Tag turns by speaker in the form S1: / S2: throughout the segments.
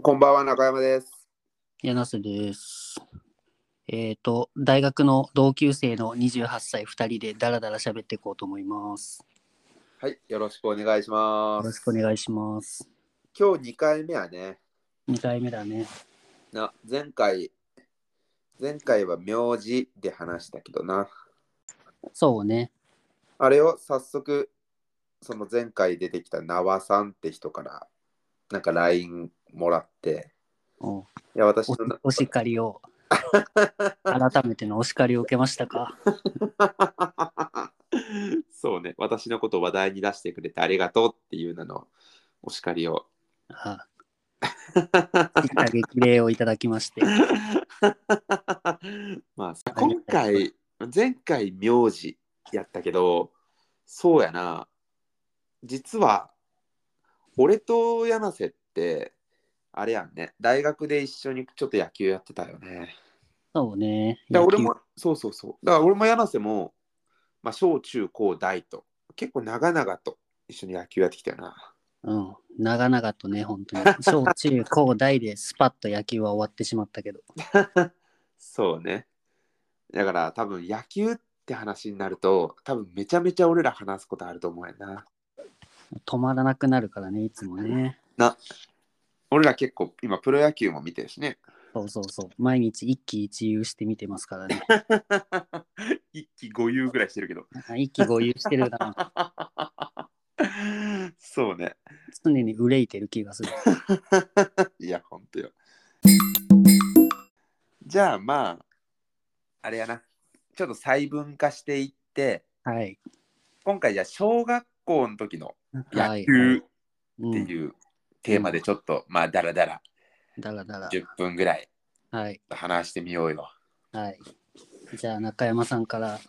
S1: こんばんは、中山です。
S2: 柳瀬です。えっ、と、大学の同級生の28歳2人でダラダラ喋っていこうと思います。
S1: はい、よろしくお願いし
S2: よ
S1: ま
S2: ろ
S1: す。
S2: しくお願いします。
S1: 今日2回目はね、
S2: 2回目だね。
S1: な前回、前回は名字で話したけどな。
S2: そうね。
S1: あれを早速、その前回出てきた縄さんって人から、なんか LINE もらって、
S2: お
S1: いや、私
S2: お
S1: のな、
S2: お叱りを、改めてのお叱りを受けましたか。
S1: そうね、私のことを話題に出してくれてありがとうっていうなの、お叱りを。
S2: あいった激励をいただきまして。
S1: まあさ今回前回名字やったけどそうやな実は俺と柳瀬ってあれやんね大学で一緒にちょっと野球やってたよね
S2: そうね。
S1: だから俺
S2: 野
S1: もそうそうそうだから俺も柳瀬も、まあ、小中高大と結構長々と一緒に野球やってきたよな
S2: 球うん。長々とね、本当に。小中高大でスパッと野球は終わってしまったけど。
S1: そうね。だから多分野球って話になると多分めちゃめちゃ俺ら話すことあると思うやな。
S2: 止まらなくなるからね、いつもね。
S1: 俺ら結構今プロ野球も見てるしね。
S2: そうそうそう。毎日一喜一憂して見てますか らね。
S1: 一気五遊ぐらいしてるけど。
S2: あ一喜五憂してるな。
S1: そうね。
S2: 常に憂いてる気がする。
S1: いや、ほんとよ。じゃあまあ、あれやな。ちょっと細分化していって、
S2: はい。
S1: 今回じゃあ小学校の時の
S2: は
S1: 野
S2: い。
S1: 球っ
S2: う
S1: て
S2: ん。
S1: いうテーマでちょっと、まあだらだら
S2: だらだら。
S1: 10分ぐらい
S2: はい。
S1: 話してみようよ。
S2: はい。じゃあ、中山さんから、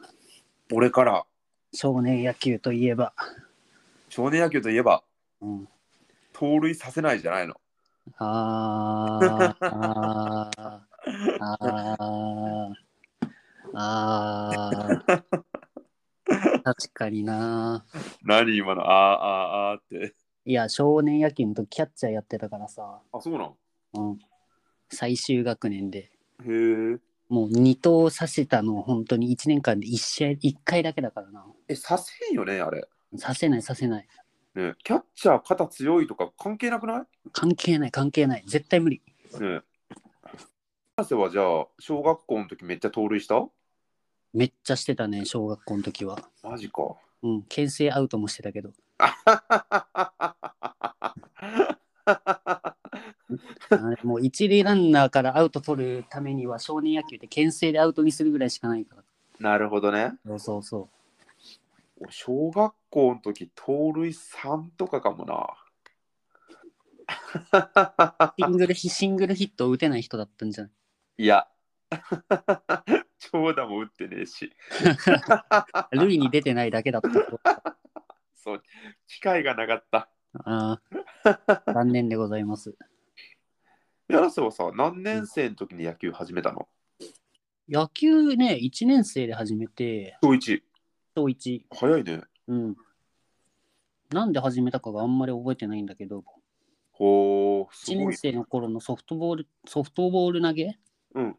S1: 俺から
S2: 少年野球といえば。
S1: 少年野球といえば
S2: うん、
S1: 盗塁させないじゃないの。
S2: あーあー。あーあ ー。確かにな。
S1: 何今のあーあーあーって。
S2: いや、少年野球の時キャッチャーやってたからさ。
S1: あそうなの
S2: うん。最終学年で。
S1: へえ。
S2: もう二投させたの本当に1年間で1試合1回だけだからな。
S1: え、させんよね、あれ。
S2: させないさせない。
S1: ねキャッチャー肩強いとか関係なくないね
S2: 関係ない関係ない。絶対無理。
S1: え。博士はじゃあ、小学校の時めっちゃ盗塁した
S2: めっちゃしてたね、小学校の時は。
S1: マジか。
S2: うん、牽制アウトもしてたけど。あれもう一塁ランナーからアウト取るためには少年野球って牽制でアウトにするぐらいしかないから。
S1: なるほどね。
S2: そうそうそ
S1: 俺小学校の時、盗塁3とかかもな。
S2: う。シングルヒシングルヒットを打てない人だったんじゃない
S1: いや。 長打も打ってねえし。
S2: 塁に出てないだけだったと。
S1: そう、機会がなかった。
S2: ああ、残念でございます。
S1: 柳瀬はさ、何年生の時に野球始めたの
S2: 野球ね、1年生で始めて、
S1: 小一。
S2: 小1。
S1: 早いね。
S2: うん。なんで始めたかがあんまり覚えてないんだけど、
S1: ほー、す
S2: 1
S1: ご
S2: 年
S1: い。
S2: 生の頃のソフトボール、ソフトボール投げ
S1: うん。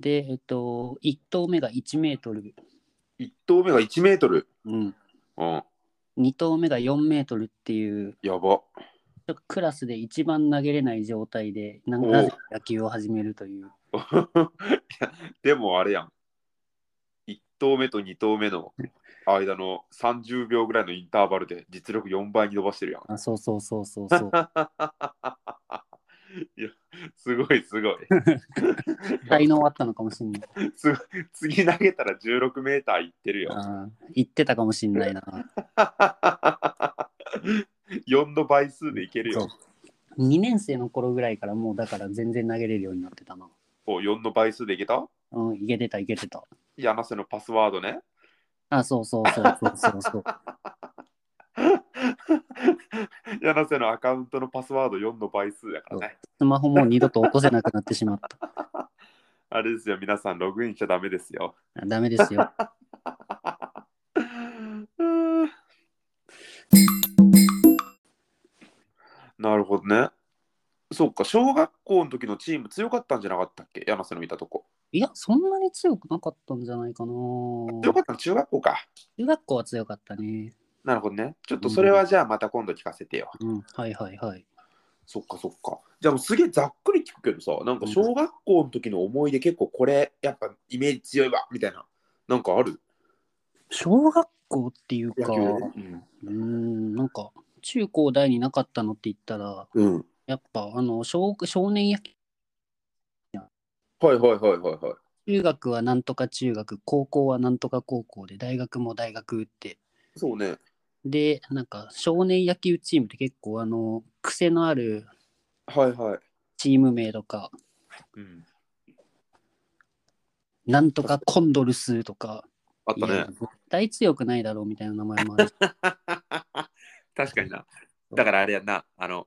S2: で、えっと、1投目が1メートル、
S1: 1投目が1メートル。
S2: うん、
S1: うん。
S2: 2投目が4メートルっていう、
S1: やば。
S2: ちょっとクラスで一番投げれない状態で、な
S1: おう
S2: なぜか野球を始めるという。
S1: いやでもあれやん。1投目と2投目の間の30秒ぐらいのインターバルで実力4倍に伸ばしてるやん。
S2: あそうそうそうそう そう。
S1: いや、すごいすごい。
S2: 才能あったのかもしんない。
S1: すごい次投げたら16メーターいってるよ。
S2: あー言ってたかもしんないな。
S1: 4の倍数でいけるよ。
S2: そう2年生の頃ぐらいからもうだから全然投げれるようになってたな。
S1: お4の倍数でいけた
S2: うん、いけてたいけてた。
S1: 柳瀬のパスワードね。
S2: あ、そうそうそうそうそうそう。
S1: 柳瀬のアカウントのパスワード4の倍数だからね。
S2: スマホもう二度と落とせなくなってしまった。
S1: あれですよ、皆さんログインしちゃダメですよ。
S2: あダメですよ。
S1: うんなるほどね。そうか、小学校の時のチーム強かったんじゃなかったっけ柳瀬の見たとこ。
S2: いや、そんなに強くなかったんじゃないかな。
S1: 強かったの中学校か。
S2: 中学校は強かったね。
S1: なるほどね。ちょっとそれはじゃあまた今度聞かせてよ。
S2: うん、はいはいはい。
S1: そっかそっか。じゃあもうすげえざっくり聞くけどさ、なんか小学校の時の思い出結構これ、やっぱイメージ強いわ、みたいな。なんかある
S2: 小学校っていう
S1: 野
S2: か、
S1: 球でね
S2: う。ーん、なんか、中高大になかったのって言ったら、
S1: うん。うん
S2: やっぱ、あの、小少年野球、
S1: はいはいはいはいはい。
S2: 中学はなんとか中学、高校はなんとか高校で、大学も大学って。
S1: そうね。
S2: で、なんか、少年野球チームって結構、あの、癖のある
S1: はいはい。
S2: チーム名とか、
S1: うん、
S2: なんとかコンドルスとか、
S1: あった
S2: い
S1: ね
S2: や。絶対強くないだろうみたいな名前もあるし
S1: 確かにな。だからあれやんな、あの、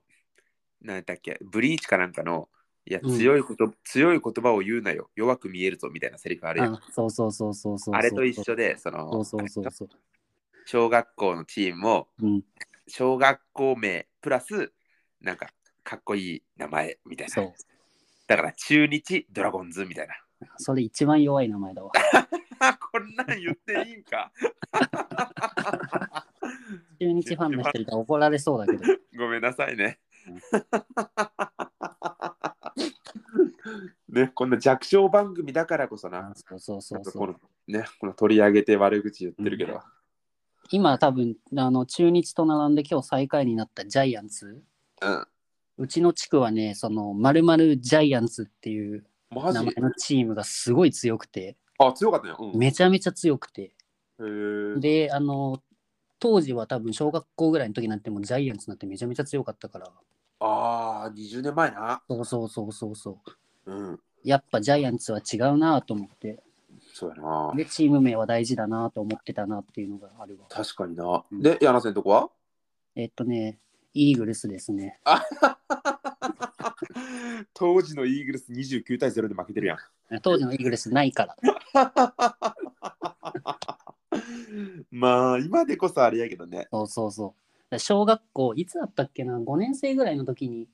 S1: なんだっけ、ブリーチかなんかの、いや、
S2: うん
S1: 強いこと、強い言葉を言うなよ、弱く見えるぞみたいなセリフあるやん。
S2: あそうそうそうそうそうそう。
S1: あれと一緒で、その
S2: そうそうそうそう。
S1: 小学校のチームを、
S2: うん、
S1: 小学校名プラス、なんか、かっこいい名前みたい
S2: そ
S1: な
S2: う。。
S1: だから、中日ドラゴンズみたいな。
S2: それ一番弱い名前だわ。
S1: こんなん 言っていいんか。
S2: 中日ファンの人に怒られそうだけど。
S1: ごめんなさいね。ね、こんな弱小番組だからこそな
S2: あ。そうそうそう
S1: なんか
S2: そ
S1: この
S2: う。
S1: ね、この取り上げて悪口言ってるけど、
S2: 今多分あの中日と並んで今日最下位になったジャイアンツ。
S1: うん、
S2: うちの地区はね、その〇〇ジャイアンツっていう
S1: マ
S2: 名
S1: ジ
S2: 前のチームがすごい強くて、
S1: あ強かったよ、うん、へ
S2: めちゃめちゃ強くて。
S1: ー
S2: で、あの、当時は多分小学校ぐらいの時になってもジャイアンツなんてめちゃめちゃ強かったから。
S1: ああ20年前な、
S2: そうそうそうそうそう。
S1: うん、
S2: やっぱジャイアンツは違うなと思って、
S1: そうやな
S2: で、チーム名は大事だなと思ってたなっていうのがあるわ。
S1: 確かになで柳瀬のとこは
S2: えっとね、イーグルスですね。
S1: 当時のイーグルス29対0で負けてるやん
S2: 当時のイーグルスないから。
S1: まあ今でこそあれやけどね、
S2: そうそうそう。小学校、いつだったっけな、5年生ぐらいの時に、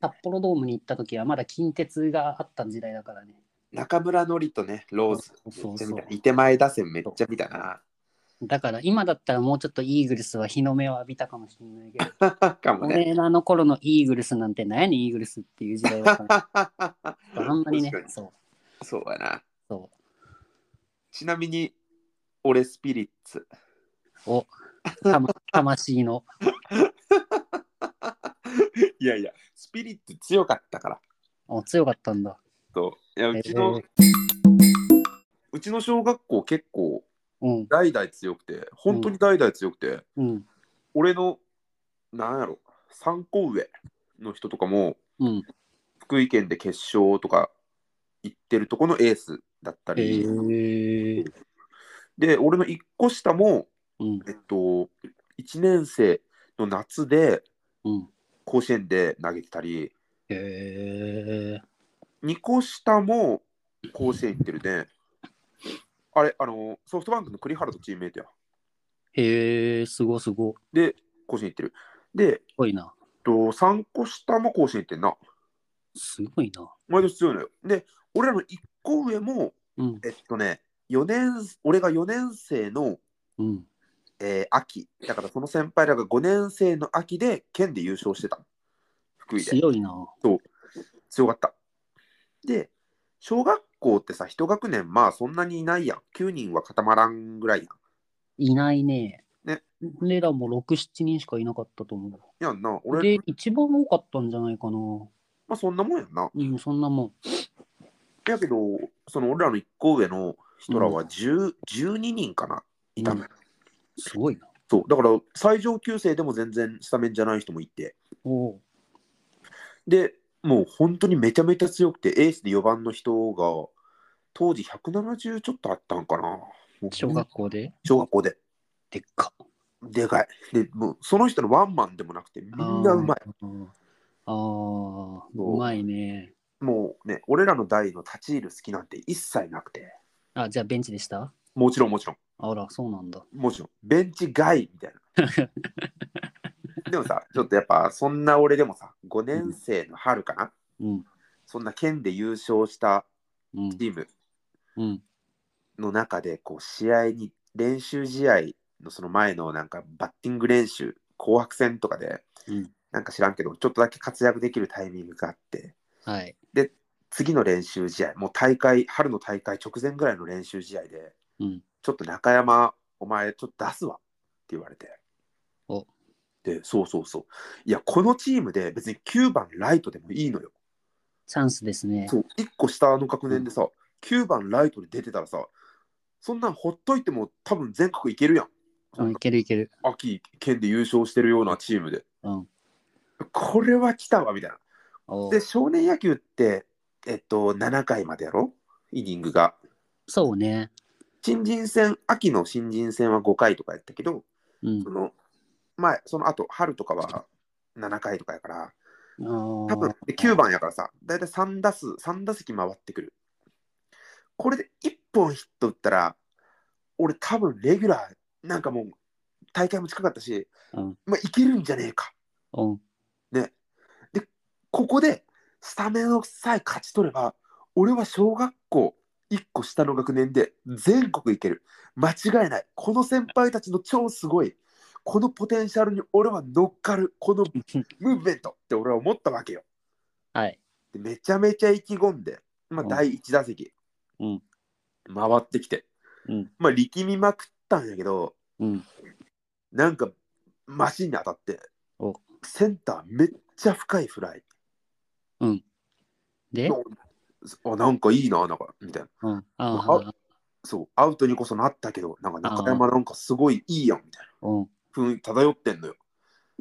S2: 札幌ドームに行った時は、まだ近鉄があった時代だからね。
S1: 中村のりとねローズ
S2: そうそう
S1: めっちゃ
S2: そ
S1: 見
S2: う
S1: たいて前打線めっちゃ見たな
S2: だから今だったらもうちょっとイーグルスは日の目を浴びたかもしれないけど、
S1: かも ね
S2: 俺らの頃のイーグルスなんて何やねん、イーグルスっていう時代だから、あんまりね
S1: 確か、に
S2: そ う、
S1: そうやな
S2: そ
S1: ちなみに、俺スピリッツ。
S2: う、お、たま魂の。
S1: いやいや、スピリッツ強かったから。
S2: あ強かったんだ。
S1: といやうちの、
S2: えー
S1: うちの小学校結構
S2: うん。
S1: 代々強くて、本当に代々強くて、
S2: うん。
S1: 俺の、なんやろ、3個上の人とかも、
S2: うん。
S1: 福井県で決勝とか行ってるとこのエースだった
S2: へ
S1: り、
S2: え。
S1: で、俺の1個下も、
S2: うん。
S1: えっと、1年生の夏で
S2: うん。
S1: 甲子園で投げてたり、
S2: へえ。
S1: 二個下も甲子園行ってるね。あれ、あの、ソフトバンクの栗原とチームメイトや。
S2: へえ、すごいすごい。
S1: で、甲子園行ってる。で、
S2: すごいな。
S1: えっと3個下も甲子園行ってんな。
S2: すごいな。
S1: 毎年強いのよ。で、俺らの1個上も、
S2: うん。
S1: えっとね、四年、俺が4年生の、
S2: うん。
S1: えー秋、だからその先輩らが5年生の秋で県で優勝してた。福井で。
S2: 強いな。
S1: 強かった。で、小学校ってさ、一学年、まあそんなにいないやん。9人は固まらんぐらいやん。
S2: いないね。
S1: ね。
S2: 俺らも6、7人しかいなかったと思
S1: やんな、
S2: う。
S1: 俺、
S2: で、一番多かったんじゃないかな。
S1: まあそんなもんやんな。
S2: うん、そんなもん。
S1: やけど、その俺らの一個上の人らは10、12人かな、いたの、
S2: うんすごいな。
S1: そう、だから最上級生でも全然スタメンじゃない人もいて、
S2: おう
S1: で、もう本当にめちゃめちゃ強くて、エースで4番の人が、当時170ちょっとあったんかな。もう
S2: 小学校で
S1: 小学校で。
S2: でっか。
S1: でかい。で、もうその人のワンマンでもなくて、みんなうまい。
S2: あー。あーうまいね。
S1: もうね、俺らの代の立ち入る隙なんて一切なくて、
S2: あ、じゃあベンチでした
S1: もちろんもちろん。
S2: あら、そうなんだ。
S1: もちろん、ベンチ外みたいな。でもさ、ちょっとやっぱそんな俺でもさ、5年生の春かな、
S2: うん。
S1: そんな県で優勝した
S2: うん
S1: チ。ーム
S2: うん。
S1: の中で、こう試合に、練習試合のその前のなんかバッティング練習、紅白戦とかで、
S2: うん
S1: なんか知らんけど、ちょっとだけ活躍できるタイミングがあって、
S2: はい。
S1: 次の練習試合、もう大会、春の大会直前ぐらいの練習試合で、
S2: うん。
S1: ちょっと中山、お前ちょっと出すわって言われて。
S2: お
S1: で、そうそうそう。いや、このチームで別に9番ライトでもいいのよ。
S2: チャンスですね。
S1: そう、1個下の学年でさ、9番ライトで出てたらさ、そんなんほっといても多分全国いけるやん。
S2: うんいけるいける。
S1: 秋、県で優勝してるようなチームで。
S2: うん。
S1: これは来たわ、みたいな。
S2: お
S1: で、少年野球って、えっと、7回までやろイニングが。
S2: そうね。
S1: 新人戦、秋の新人戦は5回とかやったけど、
S2: うん
S1: そ。の前、その後、春とかは7回とかやから、多
S2: 多
S1: 分で9番やからさ、だいたい3打数、三打席回ってくる。これで1本ヒット打ったら、俺多分レギュラー、なんかもう大会も近かったし、
S2: うん
S1: まあ、いけるんじゃねえか。
S2: うん。
S1: ここでスタメンをさえ勝ち取れば、俺は小学校1個下の学年で全国いける。間違いない。この先輩たちの超すごい。このポテンシャルに俺は乗っかる。このムーブメントって俺は思ったわけよ。
S2: はい。
S1: でめちゃめちゃ意気込んで、まあ、
S2: うん
S1: 第1打席、
S2: うん
S1: 回ってきて、
S2: うん
S1: まあ、力みまくったんやけど
S2: うん。
S1: なんかマシンに当たって
S2: お
S1: センターめっちゃ深いフライ
S2: で、
S1: あなんかいいななんかみたいな
S2: うん。
S1: あ
S2: あ
S1: そうアウトにこそなったけどなんか中山なんかすごいいいやんみたい
S2: ーうん。
S1: な雰囲気漂ってんのよ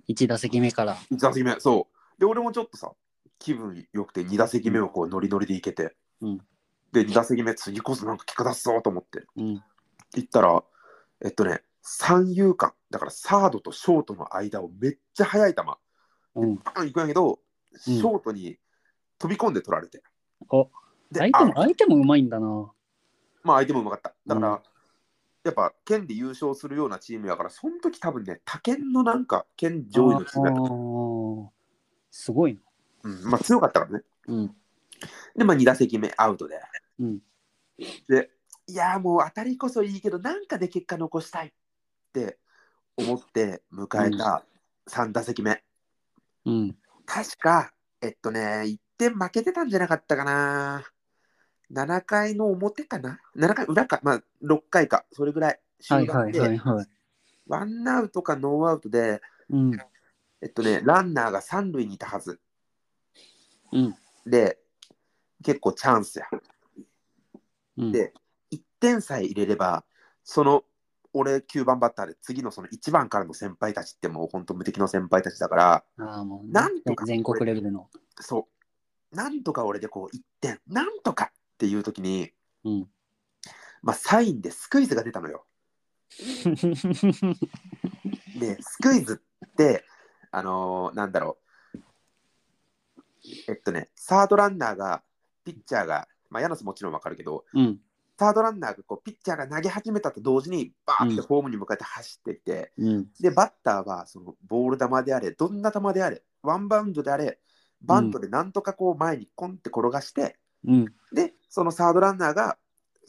S2: 1打席目から。
S1: 1打席目そうで俺もちょっとさ気分良くて2打席目をこうノリノリでいけて、
S2: うん
S1: で2打席目次こそなんか結果出すぞと思って
S2: うん。
S1: 行ったら、えっとね、三遊間、だからサードとショートの間をめっちゃ速い球、バ
S2: うん。
S1: ーン行くんやけど、
S2: うん
S1: ショートに飛び込んで取られて。
S2: お
S1: で
S2: 相手も、
S1: あ
S2: 相手もうまいんだな。
S1: まあ相手もうまかった。だから、
S2: うん
S1: やっぱ県で優勝するようなチームやから、その時多分ね、他県のなんか、県上位のチームやった。
S2: ムすごいな。
S1: うん、まあ強かったからね。
S2: うん。
S1: で、まあ2打席目、アウトで。
S2: うん
S1: で、いやーもう当たりこそいいけど、なんかで結果残したいって思って迎えた3打席目。
S2: うん。
S1: 確か、えっとね、1点負けてたんじゃなかったかな。7回の表かな ?7 回裏か、まあ、6回か、それぐらい。
S2: はい
S1: 終
S2: は
S1: 盤
S2: いはい
S1: で、
S2: はい。
S1: ワンアウトかノーアウトで、
S2: うん。
S1: えっとね、ランナーが3塁にいたはず。
S2: うん
S1: で、結構チャンスや。
S2: うん。
S1: で1点さえ入れれば、その、俺9番バッターで、次のその1番からの先輩たちってもう本当無敵の先輩たちだから、
S2: ああ、もう、
S1: なんとか
S2: 全国レベルの。
S1: そう、なんとか俺でこう1点、なんとかっていう時に、
S2: うん。
S1: まあ、サインでスクイズが出たのよ。で、スクイズって、あのーなんだろう。えっとね、サードランナーが、ピッチャーが、まあ、ヤノスもちろんわかるけど、
S2: うん。
S1: サードランナーがこうピッチャーが投げ始めたと同時に、バーっ
S2: う
S1: て
S2: ん
S1: ホームに向かって走ってきて、
S2: うん。
S1: で、バッターはそのボール球であれ、どんな球であれ、ワンバウンドであれ、バントでなんとかこう前にコンって転がして、
S2: うん。
S1: で、そのサードランナーが、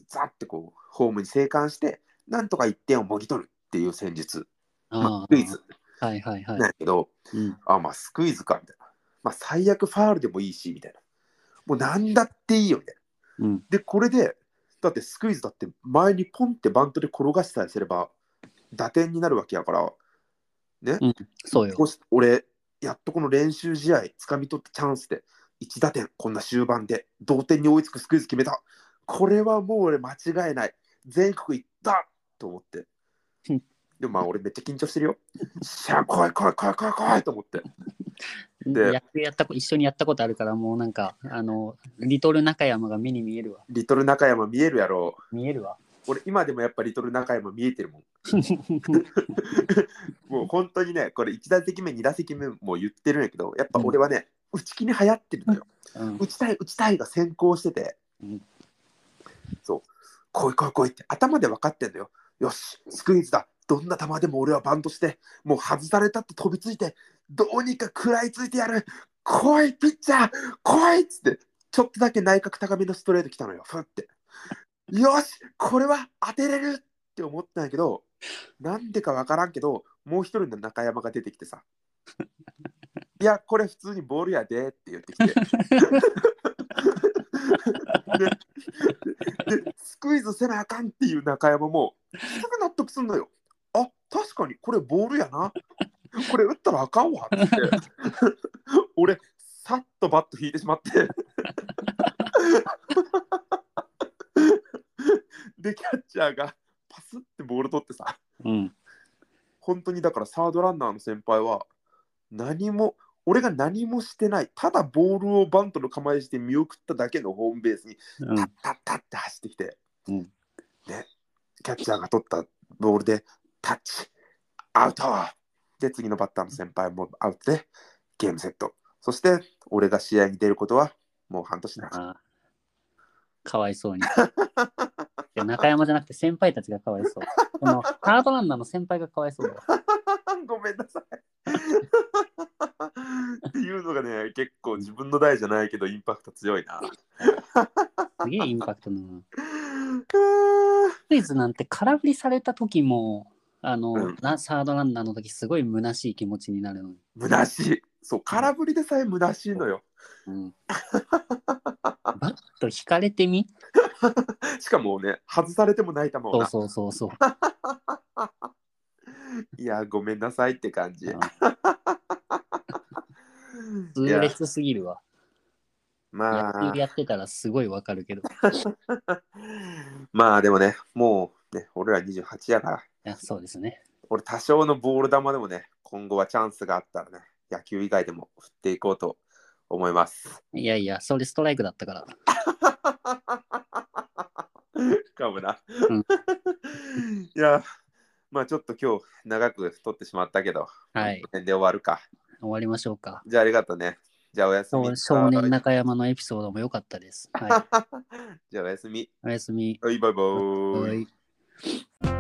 S1: ザってこう、ホームに生還して、なんとか1点をもぎ取るっていう戦術、まあ
S2: ああ、
S1: クイズ。
S2: はいはいはい
S1: なん。やけど、
S2: うん。
S1: あ、まあ、スクイズか、みたいな。まあ、最悪ファールでもいいし、みたいな。もう、なんだっていいよ、みたいな。
S2: うん。
S1: で、これで、だってスクイズだって前にポンってバントで転がしさえすれば、打点になるわけやから、
S2: そうよ。
S1: こうし俺、やっとこの練習試合、掴み取ったチャンスで、1打点、こんな終盤で、同点に追いつくスクイズ決めた。これはもう俺、間違いない。全国行ったと思って
S2: うん。
S1: でもまあ俺めっちゃ緊張してるよ。しゃあ来い来い来い来い来いと思って。で
S2: やってやったこ一緒にやったことあるからもうなんかあのリトル中山が目に見えるわ
S1: リトル中山見えるやろう。
S2: 見える わ
S1: 俺今でもやっぱリトル中山見えてるもん。もう本当にね、これ1打席目、2打席目も言ってるんやけど、やっぱ俺はね、打ち気に流行ってるのよ。
S2: うん
S1: 打ちたい、打ちたいが先行してて、
S2: うん
S1: そう、来い来い来いって頭で分かってんのよ。よし、スクイズだ、どんな球でも俺はバントして、もう外されたって飛びついて、どうにか食らいついてやる、来い、ピッチャー、来いっつって、ちょっとだけ内角高めのストレート来たのよ、ふって。よし、これは当てれるって思ったんやけど、なんでかわからんけど、もう一人の中山が出てきてさ、いや、これ普通にボールやでって言ってきて。ででスクイズせなあかんっていう中山もすぐ納得すんのよ。あ確かにこれボールやな。これ打ったらあかんわって。俺さっとバット引いてしまって。でキャッチャーがパスってボール取ってさ。
S2: うん。
S1: 本当にだからサードランナーの先輩は何も俺が何もしてないただボールをバントの構えして見送っただけのホームベースに
S2: う
S1: タッ
S2: ん。
S1: タッタッって走ってきて、
S2: うん
S1: でキャッチャーが取ったボールでタッチアウトで次のバッターの先輩もアウトでゲームセットそして俺が試合に出ることはもう半年なかっ
S2: あーかわいそうに。いや中山じゃなくて先輩たちがかわいそう。このハードランナーの先輩がかわいそうだよ。
S1: た ごめんなさいっていうのがね結構自分の代じゃないけどインパクト強いな
S2: すげえインパクトだな。
S1: う
S2: スクイズなんて空振りされた時も、あの、
S1: うん
S2: なサードランナーの時すごい虚しい気持ちになるのに。
S1: ーん虚しいそう空振りでさえ虚しいのよ
S2: うん、バッと引かれてみ
S1: しかもね外されてもない球を
S2: そう
S1: な
S2: そうそうそう。
S1: いやごめんなさいって感じ
S2: うん
S1: い
S2: 痛
S1: や
S2: 烈すぎるわ。
S1: ま
S2: 野
S1: あ
S2: 球やってたらすごいわかるけど。
S1: まあでもねもうね俺ら28やから
S2: いやそうですね。
S1: 俺多少のボール球でもね今後はチャンスがあったらね野球以外でも振っていこうと思います
S2: いやいや、それストライクだったから。
S1: かもな、
S2: うん
S1: いやまあちょっと今日長く取ってしまったけど、
S2: はい
S1: この、辺で終わるか
S2: 終わりましょうか。
S1: じゃあありがとうね。じゃあおやすみ。
S2: そう少年中山のエピソードも良かったです。はい、
S1: じゃあおやすみ。
S2: おやすみ。
S1: はい、バイバイ。
S2: はい